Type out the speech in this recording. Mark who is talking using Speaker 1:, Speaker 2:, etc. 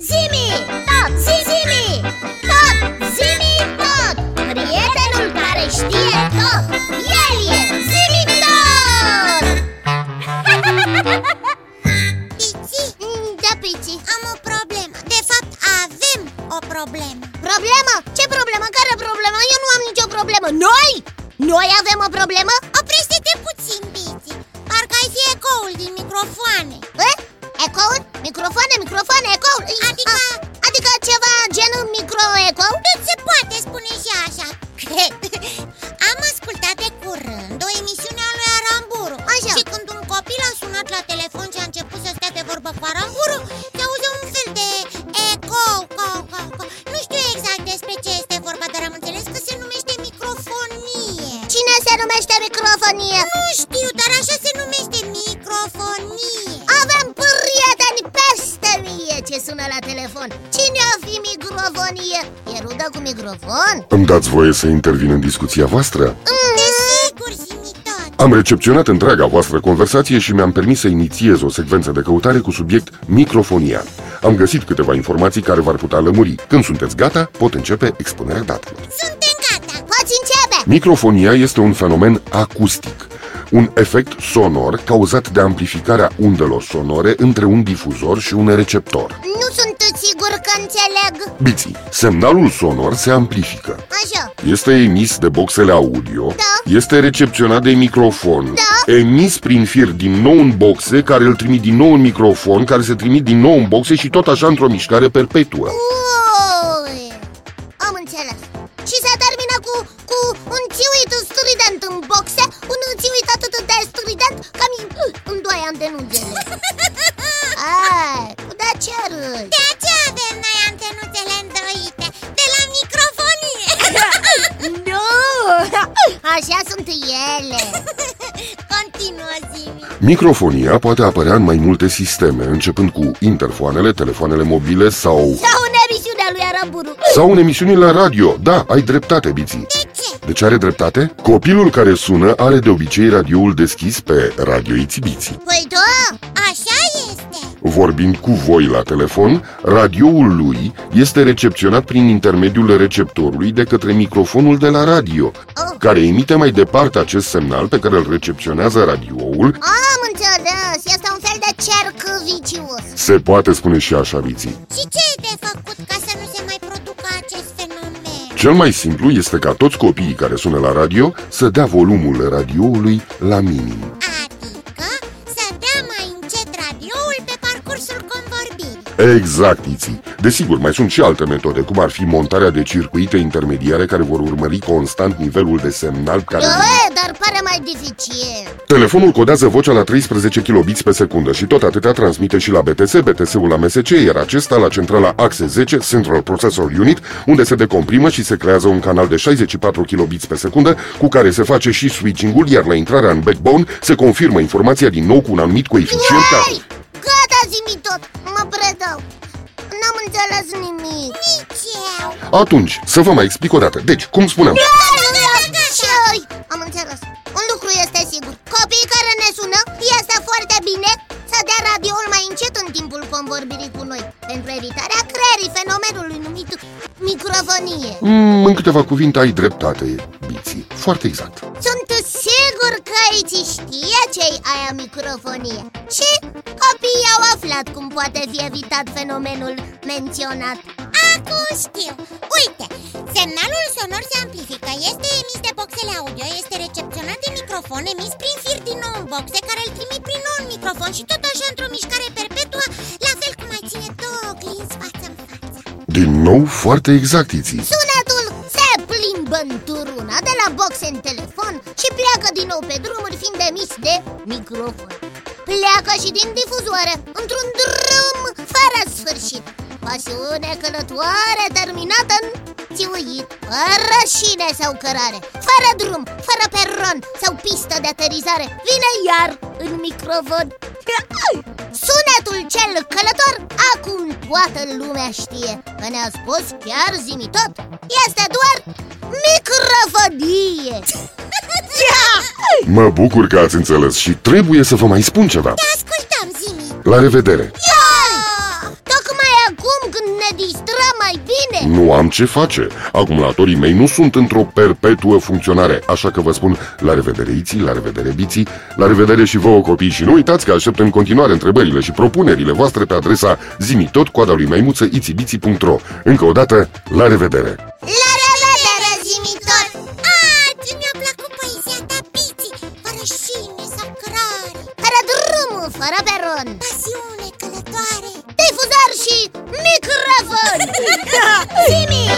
Speaker 1: Zimi, tot, zimi, tot, zimi, tot Prietenul care știe tot, el e zimi tot Pici? Da, Pici Am o problemă, de fapt avem o problemă Problemă? Ce problemă? Care problemă? Eu nu am nicio problemă Noi? Noi avem o problemă? Oprește-te puțin, Pici Parcă ai fi ecoul din microfoane Ecoul? Microfoane, microfoane, ecoul Adică... adică ceva genul microecou? Nu se poate spune și așa Am ascultat de curând o emisiune a lui Aramburu Așa Și când un copil a sunat la telefon și a început să stea de vorbă cu Aramburu Se auze un fel de ecou, cou, cou, cou. Nu știu exact despre ce este vorba, dar am înțeles că se numește microfonie Cine se numește microfonie? Nu știu, dar așa se numește microfonie Avem prieteni peste mie ce sună la telefon Cine a fi microfonie? E rudă cu microfon?
Speaker 2: Îmi dați voie să intervin în discuția voastră?
Speaker 1: Mhm. Desigur, Zimitot
Speaker 2: Am recepționat întreaga voastră conversație și mi-am permis să inițiez o secvență de căutare cu subiect microfonia. Am găsit câteva informații care v-ar putea lămuri. Când sunteți gata, pot începe expunerea datelor.
Speaker 1: Suntem gata Poți începe
Speaker 2: Microfonia este un fenomen acustic, un efect sonor cauzat de amplificarea undelor sonore între un difuzor și un receptor.
Speaker 1: Nu sunt sigur că înțeleg
Speaker 2: Biții, semnalul sonor se amplifică.
Speaker 1: Așa
Speaker 2: Este emis de boxele audio
Speaker 1: Da.
Speaker 2: Este recepționat de microfon
Speaker 1: Da.
Speaker 2: Emis prin fir din nou în boxe Care îl trimit din nou în microfon Care se trimit din nou în boxe Și tot așa într-o mișcare perpetuă
Speaker 1: Ui, am înțeles Și se termină cu, cu un țiuit strident în boxe Un țiuit atât de strident că mi îmi doi ani de nugele Ai, de ce râzi? De aceea avem noi antenuțele îndoite De la microfonie Nu, așa sunt ele Continuă, Zimi
Speaker 2: Microfonia poate apărea în mai multe sisteme Începând cu interfoanele, telefoanele mobile sau...
Speaker 1: Sau în emisiunea lui Aramburu
Speaker 2: Sau în emisiunile radio Da, ai dreptate, Biții
Speaker 1: De ce?
Speaker 2: De ce are dreptate? Copilul care sună are de obicei radioul deschis pe Radio Ițibiții
Speaker 1: Păi da, așa este
Speaker 2: Vorbind cu voi la telefon, radioul lui este recepționat prin intermediul receptorului de către microfonul de la radio,
Speaker 1: Oh.
Speaker 2: care emite mai departe acest semnal pe care îl recepționează radioul.
Speaker 1: Am înțeles, este un fel de cerc vicios
Speaker 2: Se poate spune și așa, Viții.
Speaker 1: Și ce e de făcut ca să nu se mai producă acest fenomen?
Speaker 2: Cel mai simplu este ca toți copiii care sună la radio să dea volumul radioului la minim.
Speaker 1: Adică să dea mai încet radioul pe parcursul convorbirii
Speaker 2: Exact, Iții. Desigur, mai sunt și alte metode, cum ar fi montarea de circuite intermediare care vor urmări constant nivelul de semnal care...
Speaker 1: Da, dar pare mai dificil
Speaker 2: Telefonul codează vocea la 13 kilobits pe secundă și tot atâta transmite și la BTS, BTS-ul la MSC, iar acesta la centrala AXE 10, Central Processor Unit, unde se decomprimă și se creează un canal de 64 kilobits pe secundă, cu care se face și switching-ul, iar la intrarea în backbone se confirmă informația din nou cu un anumit coeficient.
Speaker 1: Ei, gata zimi tot, mă predau N-am înțeles nimic Nici eu
Speaker 2: Atunci, să vă mai explic o dată. Deci, cum spuneam,
Speaker 1: Ai, Am înțeles. Un lucru este sigur. Copiii care ne sună, este foarte bine să dea radioul mai încet în timpul convorbirii cu noi, pentru evitarea creierii fenomenului numit microfonie.
Speaker 2: mm, în câteva cuvinte ai dreptate, Biții. Foarte exact.
Speaker 1: Sunt sigur că aici știe cei aia microfonie. Și copiii au aflat cum poate fi evitat fenomenul menționat. Acum știu. Uite, semnalul sonor se amplifică, este emis de boxele audio, este recepționat de microfon, emis prin fir din nou în boxe, care îl trimit prin nou în microfon și tot așa într-o mișcare perpetuă, la fel cum mai ține două oglinzi față în față.
Speaker 2: Din nou, foarte exact, Iții.
Speaker 1: Sunetul se plimbă turuna de la boxe în telefon și pleacă din nou pe drumuri fiind emis de microfon Pleacă și din difuzoare, într-un drum fără sfârșit Pasiune călătoare terminată în țiuit, fără șine sau cărare Fără drum, fără peron sau pistă de aterizare Vine iar în microfon Sunetul cel călător acum toată lumea știe Că ne-a spus chiar zimi tot Este doar microfonie
Speaker 2: Mă bucur că ați înțeles și trebuie să vă mai spun ceva.
Speaker 1: Ascultăm zimi
Speaker 2: La revedere!
Speaker 1: Ioi! Tocmai acum când mai bine
Speaker 2: Nu am ce face. Acumulatorii mei nu sunt într-o perpetuă funcționare, așa că vă spun la revedere iții, la revedere biții, la revedere și vouă copii și nu uitați că aștept în continuare întrebările și propunerile voastre pe adresa zimitot coada lui maimuță itibiții.ro Încă o dată, la revedere!
Speaker 1: La revedere, zimitor! Ah, ce mi-a plăcut poezia ta, Biții! Fără șine sau cărare Fără drumul, fără peron Pasiune călătoare Difuzar și microfon Zimi!